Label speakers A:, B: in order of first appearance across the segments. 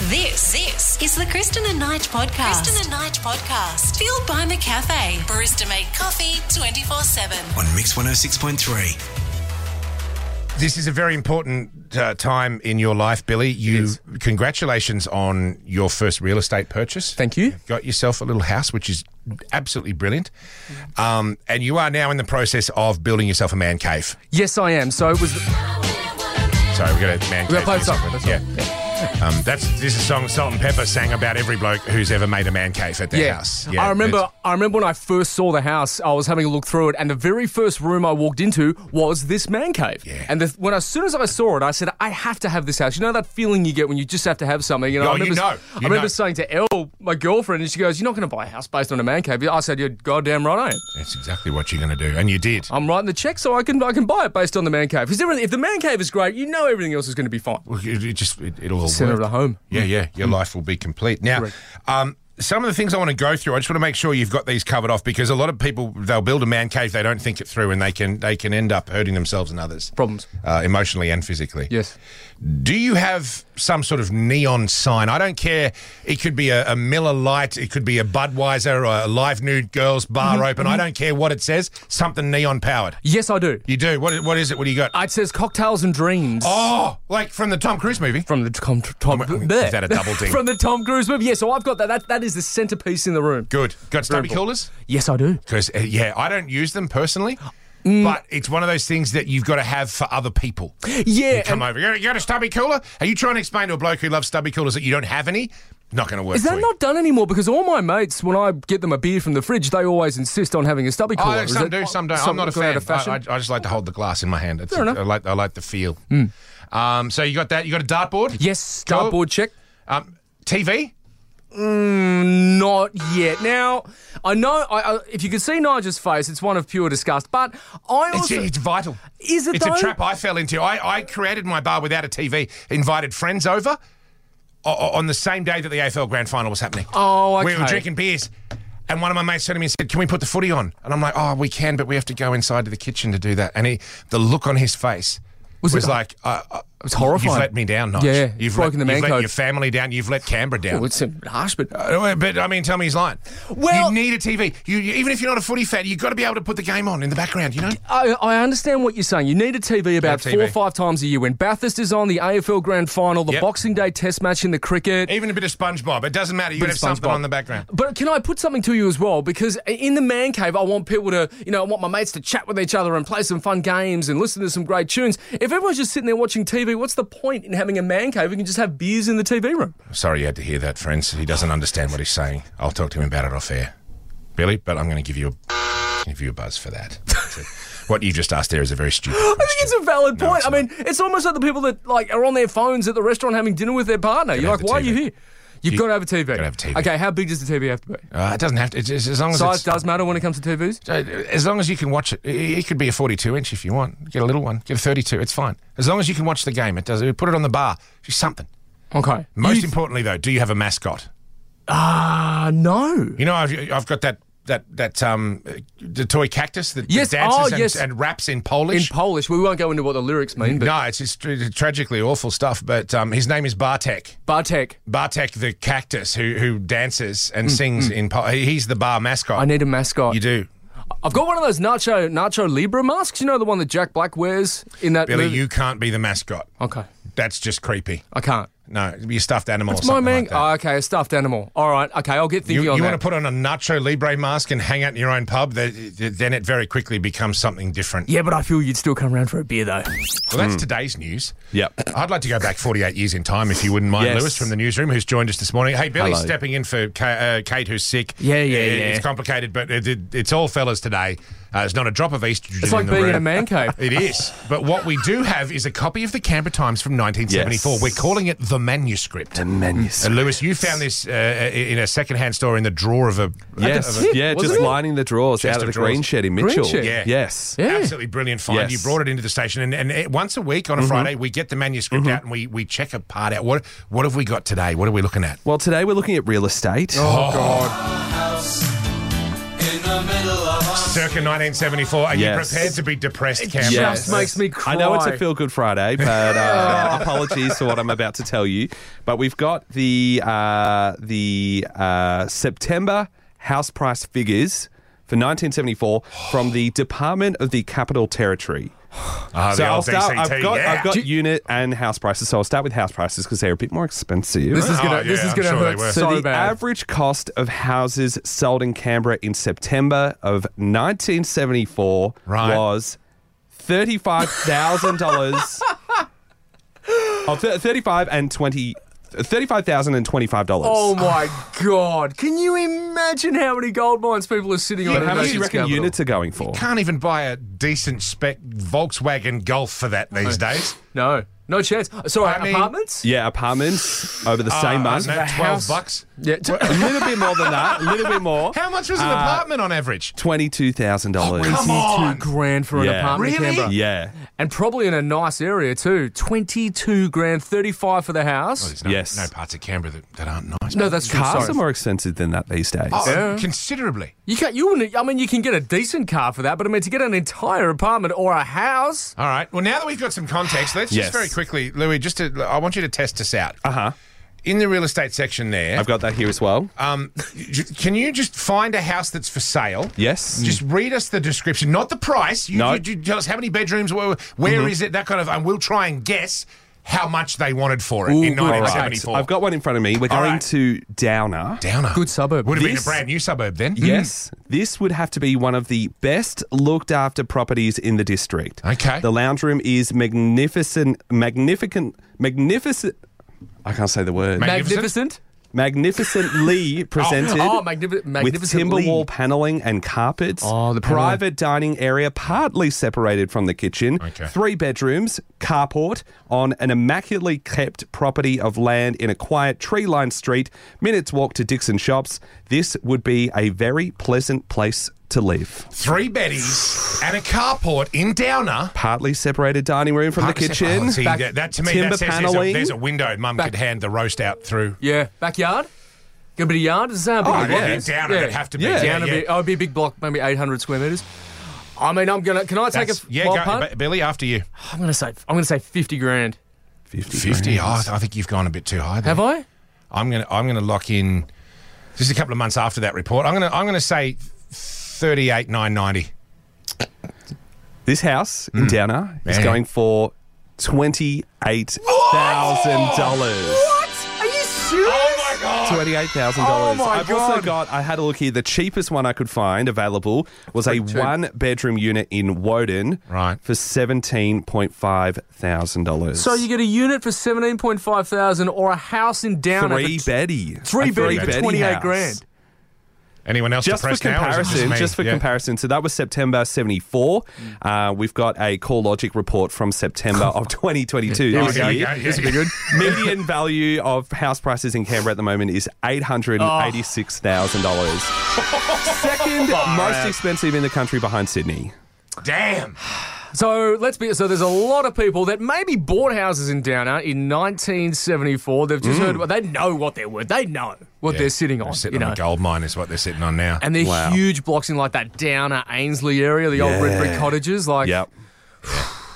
A: This, this is the Kristen and Knight podcast. Kristen and Knight podcast. Fueled by McCafe. Barista made coffee 24 7.
B: on Mix 106.3.
C: This is a very important uh, time in your life, Billy. You congratulations on your first real estate purchase.
D: Thank you.
C: Got yourself a little house, which is absolutely brilliant. Um, and you are now in the process of building yourself a man cave.
D: Yes, I am. So it was.
C: Sorry, we got a man
D: We
C: cave.
D: got both
C: music
D: songs,
C: with us.
D: that's
C: Yeah. Um, that's this is a song Salt and Pepper sang about every bloke who's ever made a man cave at their
D: Yeah.
C: house.
D: I remember.
C: it's-
D: I remember when I first saw the house. I was having a look through it, and the very first room I walked into was this man cave.
C: Yeah.
D: And the, when as soon as I saw it, I said, "I have to have this house." You know that feeling you get when you just have to have something. You know,
C: Oh,
D: I
C: you
D: remember,
C: know.
D: I
C: You
D: remember
C: know.
D: saying to Elle, my girlfriend, and she goes, "You're not going to buy a house based on a man cave." I said, "You're goddamn right, I am.
C: That's exactly what you're going to do, and you did.
D: I'm writing the check so I can I can buy it based on the man cave. Because if the man cave is great, you know everything else is going to be fine."
C: Well, It, it just it, it'll all
D: Center
C: work.
D: of the home.
C: Yeah, yeah. Your life will be complete. Now,
D: Mm. Correct.
C: um, some of the things I want to go through, I just want to make sure you've got these covered off because a lot of people they'll build a man cave, they don't think it through, and they can they can end up hurting themselves and others.
D: Problems.
C: Uh, emotionally and physically.
D: Yes.
C: Do you have some sort of neon sign? I don't care. It could be a, a Miller Light, it could be a Budweiser, or a Live Nude Girls
D: Mm-hmm.
C: bar open. I don't care what it says. Something neon powered.
D: Yes, I do.
C: You do. What, what is it? What do you got?
D: It says cocktails and dreams.
C: oh, like from the Tom Cruise movie.
D: From the Tom, Tom
C: Is
D: bleh.
C: that a double D?
D: From the Tom Cruise movie. Yeah, so I've got that. That that is the centerpiece in the room.
C: Good. Got stubby
D: important.
C: coolers?
D: Yes, I do.
C: Because uh, yeah, I don't use them personally,
D: Mm.
C: but it's one of those things that you've got to have for other people.
D: Yeah.
C: Come
D: and
C: over. You got, you got a stubby cooler? Are you trying to explain to a bloke who loves stubby coolers that you don't have any? Not going to work.
D: Is
C: for
D: that
C: you.
D: not done anymore? Because all my mates, when I get them a beer from the fridge, they always insist on having a stubby
C: Oh,
D: cooler. Is
C: some
D: it-
C: do, some don't. I'm not a
D: gone
C: fan.
D: out of
C: I, I, I
D: fashion?
C: just like to hold the glass in my hand. It's,
D: Fair enough. Hmm.
C: I like I like the feel. Um, so you got that? You got a dartboard?
D: Yes,
C: Cool.
D: dartboard check.
C: Um, TV?
D: Not yet. Now, I know I, I, if you could see Nigel's face, it's one of pure disgust. But I
C: It's,
D: also
C: it's vital.
D: Is it
C: It's
D: though?
C: a trap I fell into. I, I created my bar without a TV, invited friends over o- o- on the same day that the AFL grand final was happening.
D: Oh,
C: We were
D: okay.
C: drinking beers. And one of my mates turned to me and said, Can we put the footy on? And I'm like, Oh, we can, but we have to go inside to the kitchen to do that. And he, the look on his face was,
D: Was it-
C: like, uh, uh, It
D: was horrifying.
C: You've let me down, Notch.
D: Yeah,
C: you've
D: broken
C: let,
D: the man
C: You've let
D: code."
C: your family down. You've let Canberra down.
D: Oh, it's harsh, but
C: Uh, But I mean, tell me he's lying.
D: Well-
C: you need a TV. You, you- even if you're not a footy fan, you've got to be able to put the game on in the background. You know,
D: I, I understand what you're saying. You need a TV about
C: Have
D: four or
C: TV.
D: five times a year. When Bathurst is on, the AFL Grand Final, the
C: Yep. E-
D: Boxing Day Test match in the cricket.
C: even a bit of SpongeBob. It doesn't matter. You
D: Bit
C: have
D: of
C: something
D: SpongeBob.
C: on the background.
D: But can I put something to you as well? Because in the man cave, I want people to, you know, I want my mates to chat with each other and play some fun games and listen to some great tunes. If everyone's just sitting there watching TV, what's the point in having a man cave? We can just have beers in the TV room.
C: Sorry you had to hear that, friends. He doesn't understand what he's saying. I'll talk to him about it off air. Billy, but I'm going to give you a give you a buzz for that. That's it. what you just asked there is a very stupid
D: I think it's a valid point. I mean, it's almost like the people that like are on their phones at the restaurant having dinner with their partner. You're
C: have
D: like,
C: the
D: why are you
C: TV.
D: here? You've
C: You-
D: got to have a TV.
C: gotta have a TV.
D: Okay, how big does the TV have to be?
C: uh, it doesn't have to. It's, it's- as long as
D: Size
C: it's,
D: does matter when it comes to TVs.
C: uh, as long as you can watch it. It it could be a 42 inch if you want. Get a little one. Get a 32. It's fine. As long as you can watch the game, it does. Put it on the bar. Just something.
D: Okay.
C: Most importantly, though, do you have a mascot?
D: Ah, no.
C: You know, I've, I've got that that that um uh, the toy cactus that, that
D: Yes,
C: dances
D: oh,
C: and,
D: yes.
C: and raps in
D: In
C: Polish.
D: Polish, we won't go into what the lyrics mean, but
C: no, it's just tra- tragically awful stuff. But um, his name is Bartek.
D: Bartek,
C: Bartek the cactus who who dances and sings in. Po- he's the bar mascot.
D: Hmm, I need a mascot.
C: you do,
D: I've got one of those Nacho Nacho Libra masks. You know the one that Jack Black wears in that
C: Billy.
D: movie?
C: You can't be the mascot.
D: okay,
C: That's just creepy.
D: I can't.
C: No, be a stuffed animal.
D: It's
C: or
D: my
C: something
D: man.
C: like that.
D: oh, okay, a stuffed animal. All right. Okay, I'll get thinking
C: you
D: on
C: you
D: that.
C: want to put on a Nacho Libre mask and hang out in your own pub? th- th- Then it very quickly becomes something different.
D: yeah, Hmm. but I feel you'd still come round for a beer though.
C: Well, that's today's news.
E: Yep.
C: I'd like to go back 48 years in time, if you wouldn't mind,
E: Yes.
C: Lewis, from the newsroom, who's joined us this morning. Hey, Billy's
E: Hello.
C: stepping in for Ka- uh, Kate, who's sick.
D: Yeah, yeah,
C: Uh,
D: yeah.
C: It's complicated, but it, it- it's all fellas today. Uh, there's not a drop of estrogen
D: It's like
C: in the
D: being
C: room.
D: in a man cave.
C: It is. But what we do have is a copy of the Canberra Times from 1974.
E: Yes.
C: We're calling it The Manuscript.
E: menus.
C: And Lewis, you found this uh, in a secondhand store in the drawer of a.
E: Yes,
C: of a-
E: yeah,
D: wasn't
E: just
D: it?
E: lining the drawers
C: Chest
E: out of
C: of
E: the green
C: drawers.
E: shed in Mitchell.
D: shed.
C: Yeah.
E: Yes.
D: Yeah.
C: Absolutely brilliant find.
E: Yes.
C: You brought it into the station, and, and it, once a week on a Friday, we get the manuscript out and we, we check a part out. What what have we got today? What are we looking at?
E: Well, today we're looking at real estate.
C: Oh, God. circa 1974. Are you
E: Yes.
C: prepared to be depressed, Cameron?
D: Just
E: Yes.
D: makes me cry.
E: I know it's a feel good Friday, but uh, apologies for what I'm about to tell you. But we've got the uh, the uh, September house price figures for 1974 from the Department of the Capital Territory.
C: Ah, the
E: so I'll
C: old
E: start.
C: DCT,
E: I've got,
C: yeah.
E: I've got unit and house prices. So I'll start with house prices because they're a bit more expensive.
D: This is
C: Oh,
D: gonna. this
C: yeah,
D: is
C: I'm
D: gonna
C: sure they
D: hurt
C: were.
D: so,
E: So the
D: bad.
E: average cost of houses sold in Canberra in September of 1974
C: Right.
E: was thirty-five thousand dollars. of th- thirty-five and twenty. Thirty-five thousand and twenty-five dollars.
D: oh my god! Can you imagine how many gold mines people are sitting on?
E: but
D: in
E: how
D: the
E: much do you
D: nation's
E: reckon
D: capital?
E: units are going for?
C: Can't even buy a decent spec Volkswagen Golf for that these days.
D: No, no chance. Sorry,
C: I mean-
D: apartments.
E: Yeah, apartments over the
C: Uh,
E: same month.
C: no, Twelve
D: house-
C: bucks.
D: yeah. t-
E: A little bit more than that. A little bit more.
C: How much was an
E: Uh,
C: apartment on average?
E: Twenty-two thousand dollars.
C: come on.
D: Twenty-two grand for an
E: Yeah.
D: apartment, in
C: Really?
D: Canberra.
E: Yeah.
D: and probably in a nice area too. Twenty-two grand, thirty-five for the house.
C: There's no,
E: yes.
C: no parts of Canberra that, that aren't nice.
D: No, that's true.
E: Cars
D: sorry.
E: are more expensive than that these days.
C: Oh,
D: Yeah.
C: considerably.
D: You can't. You wouldn't. I mean, you can get a decent car for that, but I mean, to get an entire apartment or a house.
C: All right. Well, now that we've got some context, let's
E: Yes.
C: just very quickly, Louis. Just to, I want you to test us out
E: Uh huh.
C: in the real estate section there.
E: I've got that here as well.
C: um, j- can you just find a house that's for sale?
E: Yes.
C: Just read us the description, not the price. You,
E: No. Mm-hmm.
C: you, you tell us how many bedrooms, where, where is it, that kind of, and we'll try and guess how much they wanted for it
D: Ooh,
C: in
D: good. All right.
E: Right,
C: 1974.
E: I've got one in front of me. We're going
C: right.
E: to Downer.
C: Downer.
D: Good suburb.
C: Would have been a
E: This-
C: brand new suburb then.
E: Yes, this would have to be one of the best looked after properties in the district.
C: Okay.
E: The lounge room is magnificent, magnificent, magnificent. I can't say the word.
C: Mag-
D: Magnificent.
E: magnificently presented.
D: oh, magnifi-
E: With
D: magnificently.
E: timber wall paneling and carpets.
D: Oh, the paneling.
E: private dining area partly separated from the kitchen.
C: Okay.
E: Three bedrooms, carport on an immaculately kept property of land in a quiet tree-lined street, minutes walk to Dixon Shops. This would be a very pleasant place to live.
C: Mm. Three beddies and a carport in Downer.
E: Partly separated dining room from the kitchen.
C: Oh, see,
E: Back-
C: that, that to me,
E: timber
C: that says there's a,
E: paneling.
C: there's a window. Mum could hand the roast out through.
D: Yeah. Backyard. Get a bit of yard. Does that
E: Oh,
D: sound
E: it would be
D: big?
C: Downer, it'd have to be. Yeah,
D: Yeah. Downer
C: yeah.
D: Be, oh, it'd be a big block, maybe eight hundred square meters. I mean, I'm gonna. Can I take
C: That's-
D: a
C: yeah,
D: wild
C: go,
D: punt?
C: B- Billy, after you.
D: I'm gonna say. I'm gonna say fifty grand.
E: 50
C: Fifty. Oh,
E: grand.
C: I th- I think you've gone a bit too high. There.
D: Have I?
C: I'm gonna I'm gonna lock in. This is a couple of months after that report. I'm gonna I'm gonna say thirty eight nine ninety.
E: This house
C: Mm.
E: in Downer is
C: Yeah.
E: going for $28,000.
D: What? Are you serious?
C: Oh my god!
E: Twenty-eight thousand
D: Oh
E: dollars.
D: my
E: I've also
D: God.
E: got. I had a look here. The cheapest one I could find available was a
D: two.
E: one-bedroom unit in Woden,
C: Right.
E: for seventeen point five thousand dollars.
D: So you get a unit for seventeen point five thousand, or a house in Downer. for
E: three
D: t-
E: beddy,
D: Three
E: A
D: beddy for
E: three-beddy
D: twenty-eight
E: house.
D: grand.
C: Anyone else
E: Just for
C: depressed now? or is it
E: comparison,
C: me?
E: just, for
C: Yeah. Mm.
E: comparison, so that was September 74. Uh, we've got a CoreLogic report from September of 2022.
C: Oh,
E: this
C: there you
E: year.
C: go, yeah.
E: Median value of house prices in Canberra at the moment is eight hundred and eighty-six thousand dollars. Second most expensive in the country behind Sydney.
C: Damn.
D: So let's be so. There's a lot of people that maybe bought houses in Downer in 1974. They've just heard. Well, they know what they're worth. They know what
C: Mm. Yeah.
D: they're sitting on.
C: sitting
D: you know.
C: on a gold mine is what they're sitting on now.
D: and they're
E: Wow.
D: huge blocks in like that Downer Ainsley area, the old red brick
E: Yeah.
D: cottages. Like,
E: Yep.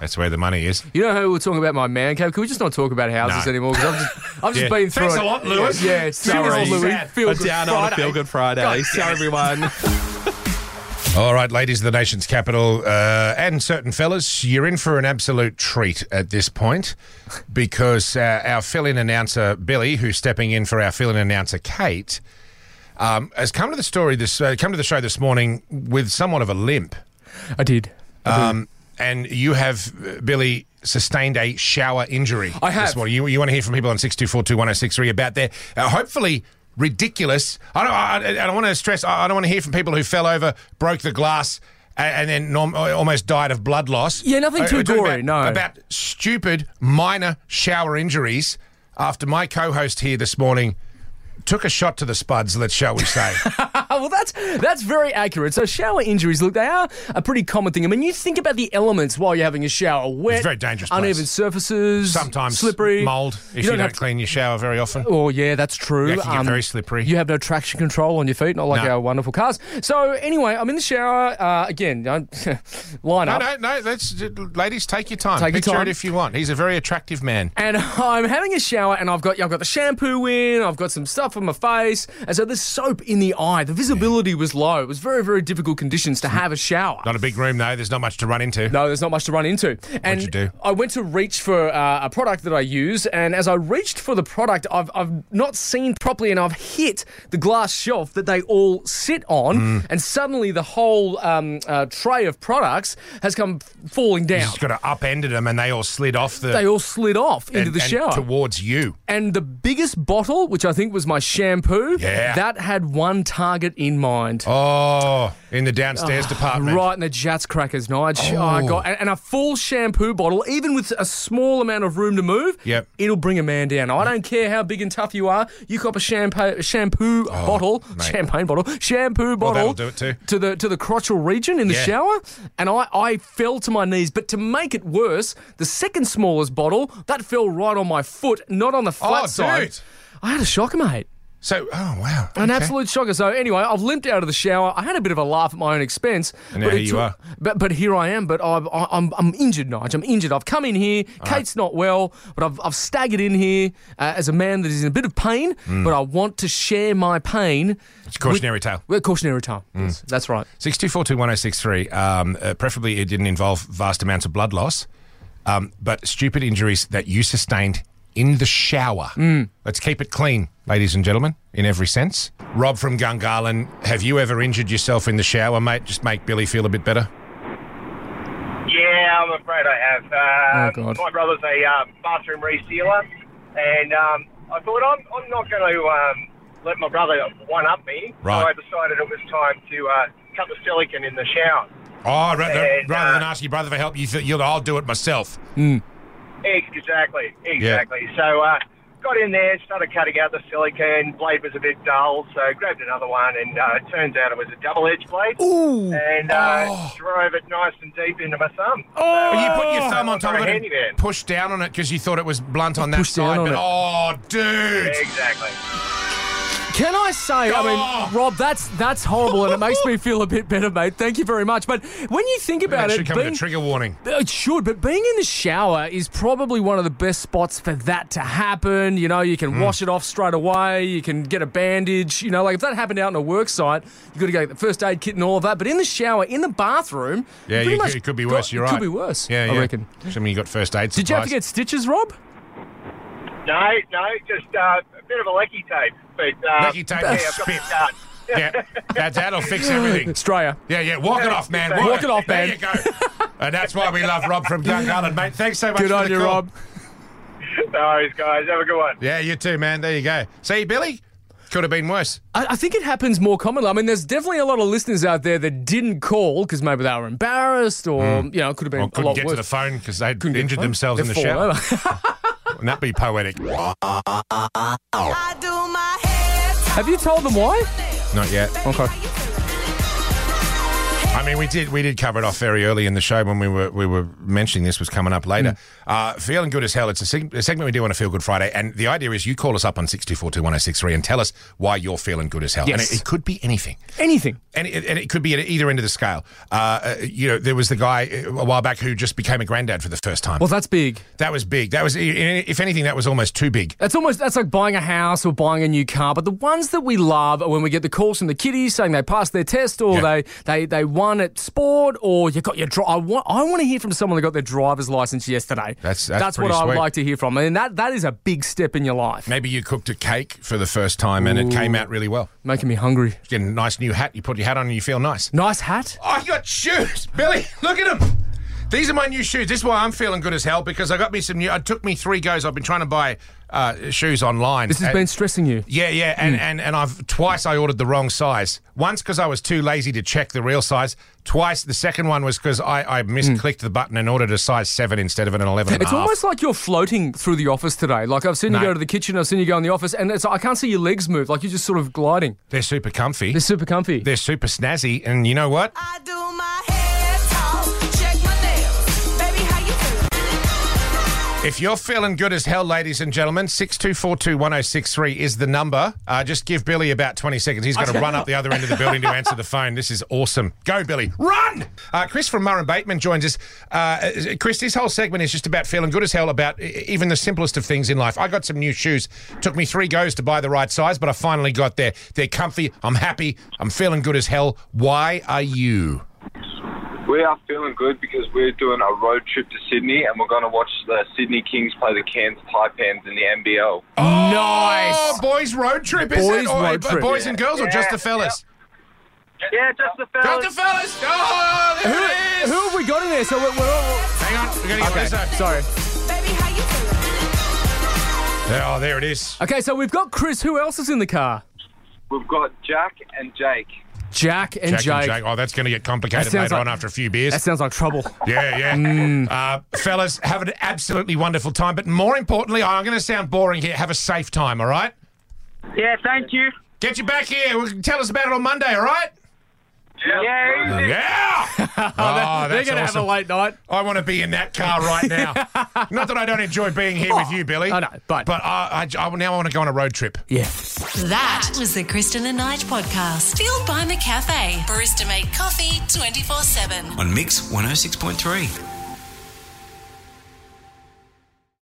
C: That's where the money is.
D: you know how we were talking about my man cave? Can we just not talk about houses
C: No.
D: anymore? Because I've just, I've just
C: Yeah.
D: been through
C: Thanks
D: it.
C: a lot, Lewis.
D: Yeah, yeah
C: Sorry.
D: cheers, Louis.
C: Sad.
D: Feel
E: A
D: good
E: down on a
D: Friday.
E: feel good Friday. So everyone.
C: All right, ladies of the nation's capital, uh, and certain fellas, you're in for an absolute treat at this point because uh, our fill in announcer, Billy, who's stepping in for our fill in announcer, Kate, um, has come to the story this uh, come to the show this morning with somewhat of a limp.
D: I did.
C: Um, and you have, uh, Billy, sustained a shower injury.
D: I have.
C: This morning. You, you want to hear from people on 62421063 about their uh, hopefully ridiculous. I don't, I, I don't want to stress, I, I don't want to hear from people who fell over, broke the glass. a- And then norm- uh, almost died of blood loss.
D: Yeah, nothing
C: Uh,
D: too
C: we're talking
D: gory,
C: about-
D: no.
C: About stupid minor shower injuries. After my co-host here this morning took a shot to the spuds, let's shall we say?
D: Oh, well, that's that's very accurate. So shower injuries, look, they are a pretty common thing. I mean, you think about the elements while you're having a shower: wet,
C: very dangerous place.
D: uneven surfaces,
C: Sometimes
D: slippery,
C: mold if you don't,
D: have to-
C: clean your shower very often.
D: Oh yeah, that's true. Um,
C: Yeah, it can get very slippery.
D: You have no traction control on your feet, not like
C: No.
D: our wonderful cars. So anyway, I'm in the shower uh, again. I- line
C: No,
D: up.
C: no, no. Let's, ladies, take your time.
D: Take your
C: Picture
D: time.
C: it if you want. He's a very attractive man.
D: And I'm having a shower, and I've got I've got the shampoo in, I've got some stuff on my face, and so there's soap in the eye. The visibility was low. It was very very difficult conditions to have a shower.
C: Not a big room though. There's not much to run into.
D: No, there's not much to run into. And
C: you do?
D: I went to reach for uh, a product that I use, and as I reached for the product, I've, I've not seen properly, and I've hit the glass shelf that they all sit on,
C: Mm.
D: and suddenly the whole um, uh, tray of products has come f- falling down.
C: Just got to upended them, and they all slid off the
D: They all slid off into
C: and,
D: the
C: and
D: shower.
C: towards you.
D: and the biggest bottle, which I think was my shampoo,
C: Yeah.
D: that had one target in mind.
C: Oh, in the downstairs department.
D: Ah, Right in the Jats crackers, Nige.
C: Oh.
D: I got and, and a full shampoo bottle, even with a small amount of room to move.
C: Yep.
D: it'll bring a man down. I don't care how big and tough you are. You cop a shampoo shampoo bottle,
C: Oh, mate.
D: champagne bottle, shampoo bottle.
C: that'll do it too.
D: To the to the crotchal region in the
C: Yeah.
D: shower, and I I fell to my knees. But to make it worse, the second smallest bottle that fell right on my foot, not on the flat
C: Oh,
D: side.
C: dude.
D: I had a shocker, mate.
C: So, oh wow,
D: An
C: Okay.
D: absolute shocker. So anyway, I've limped out of the shower. I had a bit of a laugh at my own expense.
C: And now
D: it
C: here you
D: took-
C: are.
D: But, but here I am. But I've, I- I'm I'm injured, Nige. I'm injured. I've come in here.
C: Uh-huh.
D: Kate's not well, but I've I've staggered in here uh, as a man that is in a bit of pain. But I want to share my pain.
C: Mm. It's a cautionary tale. Mm.
D: We're cautionary time. Yes, that's right.
C: Six two four two one zero six three. Um, uh, preferably, it didn't involve vast amounts of blood loss, um, but stupid injuries that you sustained in the shower.
D: Mm.
C: Let's keep it clean, ladies and gentlemen, in every sense. Rob from Gungarlin, have you ever injured yourself in the shower, mate? Just make Billy feel a bit better.
F: Yeah, I'm afraid I have. Um,
D: Oh, God.
F: My brother's a uh, bathroom resealer, and um, I thought I'm, I'm not going to um, let my brother one up me.
C: Right.
F: So I decided it was time to uh, cut the silicon in the shower.
C: Oh, ra- ra-
F: And,
C: rather than
F: uh,
C: ask your brother for help, you th- you'll I'll do it myself.
F: Exactly, exactly. So uh, got in there, started cutting out the silicon. Blade was a bit dull, so grabbed another one, and uh, it turns out it was a double-edged blade.
D: Ooh.
F: And uh,
C: Oh.
F: drove it nice and deep into my thumb.
D: Oh.
C: But you put your thumb on top of it
F: Handy man.
C: and pushed down on it because you thought it was blunt on that
D: Pushed down
C: side.
D: on
C: But
D: it.
C: oh, dude,
F: Exactly.
D: Can I say, I
C: Oh.
D: mean, Rob, that's that's horrible, and it makes me feel a bit better, mate. Thank you very much. But when you think about
C: that
D: it,
C: should come with
D: being-
C: a trigger warning.
D: It should, but being in the shower is probably one of the best spots for that to happen. You know, you
C: Hmm.
D: can wash it off straight away. You can get a bandage. You know, like if that happened out on a work site, you've got to go get the first aid kit and all of that. But in the shower, in the bathroom,
C: Yeah,
D: pretty
C: you
D: much
C: could, it could be
D: got-
C: worse. you're
D: it
C: right.
D: could be worse,
C: Yeah,
D: I
C: yeah.
D: reckon.
C: So, I mean, you got first aid.
D: Did you have to get
C: supplies.
D: stitches, Rob?
F: No, no, just uh, a bit of a lecky tape. But, uh,
C: Lecky tape and
F: yeah, I've got
C: spit.
F: the scar.
C: Yeah, that, that'll fix everything.
D: Australia.
C: Yeah, yeah. Walk it off, man.
D: Walk it off, man.
C: There you go. and that's why we love Rob from Dunk Island, mate. Thanks so much.
D: Good
C: for
D: on
C: the
D: you,
C: call.
D: Rob.
F: No worries, guys. Have a good one.
C: Yeah, you too, man. There you go. See, Billy, could have been worse.
D: I, I think it happens more commonly. I mean, there's definitely a lot of listeners out there that didn't call because maybe they were embarrassed or, you know, it could have been
C: Hmm. Or
D: a
C: couldn't
D: lot
C: get
D: worse.
C: to the phone because they
D: Couldn't get
C: injured
D: phone.
C: themselves in
D: They've
C: the shower.
D: fallen over.
C: Wouldn't that be poetic?
G: I do my hair.
D: Have you told them why?
C: Not yet.
D: Okay.
C: I mean, we did we did cover it off very early in the show when we were we were mentioning this was coming up later.
D: Mm.
C: Uh, feeling good as hell. It's a, seg- a segment we do on a Feel Good Friday, and the idea is you call us up on six two four two one zero six three and tell us why you're feeling good as hell. And
D: Yes.
C: it, it could be anything.
D: Anything.
C: And it, and it could be at either end of the scale. Uh, uh, you know, there was the guy uh, a while back who just became a granddad for the first time.
D: Well, that's big.
C: that was big. That was, i- i- if anything, that was almost too big.
D: That's almost that's like buying a house or buying a new car. But the ones that we love are when we get the calls from the kiddies saying they passed their test or
C: Yeah.
D: they, they they won at sport or you got your dri I want I want to hear from someone that got their driver's license yesterday.
C: That's- that's
D: what
C: pretty
D: I would
C: sweet.
D: like to hear from. And that that is a big step in your life,
C: Maybe you cooked a cake for the first time and it came out really well.
D: making me hungry.
C: You get a nice new hat. You put your hat on and you feel nice.
D: Nice hat.
C: Oh, you got shoes, Billy. Look at them. These are my new shoes. This is why I'm feeling good as hell because I got me some new. It took me three goes. I've been trying to buy uh, shoes online.
D: This has
C: And-
D: been stressing you.
C: Yeah, yeah,
D: Hmm.
C: and, and and I've twice I ordered the wrong size. Once because I was too lazy to check the real size. Twice the second one was because I, I misclicked the button and ordered a size seven instead of an eleven. and a
D: Hmm. It's
C: half.
D: almost like you're floating through the office today. Like I've seen you
C: No.
D: go to the kitchen, I've seen you go in the office, and it's I can't see your legs move. Like you're just sort of gliding.
C: they're super comfy.
D: They're super comfy.
C: they're super snazzy, and you know what?
G: I do my hair talk, check my nails. Baby, how you doing?
C: If you're feeling good as hell, ladies and gentlemen, six two four two one zero six three is the number. Uh, just give Billy about twenty seconds. He's going to run up the other end of the building to answer the phone. This is awesome. Go, Billy, run! Uh, Chris from Murray Bateman joins us. Uh, Chris, this whole segment is just about feeling good as hell about e- even the simplest of things in life. I got some new shoes. Took me three goes to buy the right size, but I finally got there. They're comfy. I'm happy. I'm feeling good as hell. Why are you?
H: We are feeling good because we're doing a road trip to Sydney and we're going to watch the Sydney Kings play the Cairns Taipans in the NBL.
C: Oh, boys road trip, is
D: Boys
C: it? Or- uh,
D: road trip.
C: Boys and girls, or just the
F: Yeah,
C: fellas?
F: Yeah, just the fellas.
C: Just the fellas. Oh, there it
D: Who,
C: is.
D: who have we got in there? So we're, we're all.
C: Hang on, we're gonna get
D: Okay,
C: this out.
D: sorry.
G: Baby, how you doing?
C: Oh, there it is.
D: Okay, so we've got Chris. Who else is in the car?
H: We've got Jack and Jake.
D: Jack and
C: Jack
D: Jake.
C: and Jake. Oh, that's going to get complicated
D: That sounds
C: later on
D: like-
C: after a few beers.
D: That sounds mm. like trouble.
C: yeah, yeah. Uh, fellas, have an absolutely wonderful time. But more importantly, I'm going to sound boring here. Have a safe time, all right?
F: Yeah, thank you.
C: Get you back here. We'll tell us about it on Monday, all right?
F: Yeah.
C: Yeah. oh, that,
D: They're going to have a late night.
C: I want to be in that car right now. Not that I don't enjoy being here with you, Billy.
D: Oh, I know, but-
C: but I, I, I now want to go on a road trip.
D: Yeah.
A: That was the Kristen and Knight podcast. Fueled by McCafe. Barista made coffee 24 7.
B: oh on Mix 106.3.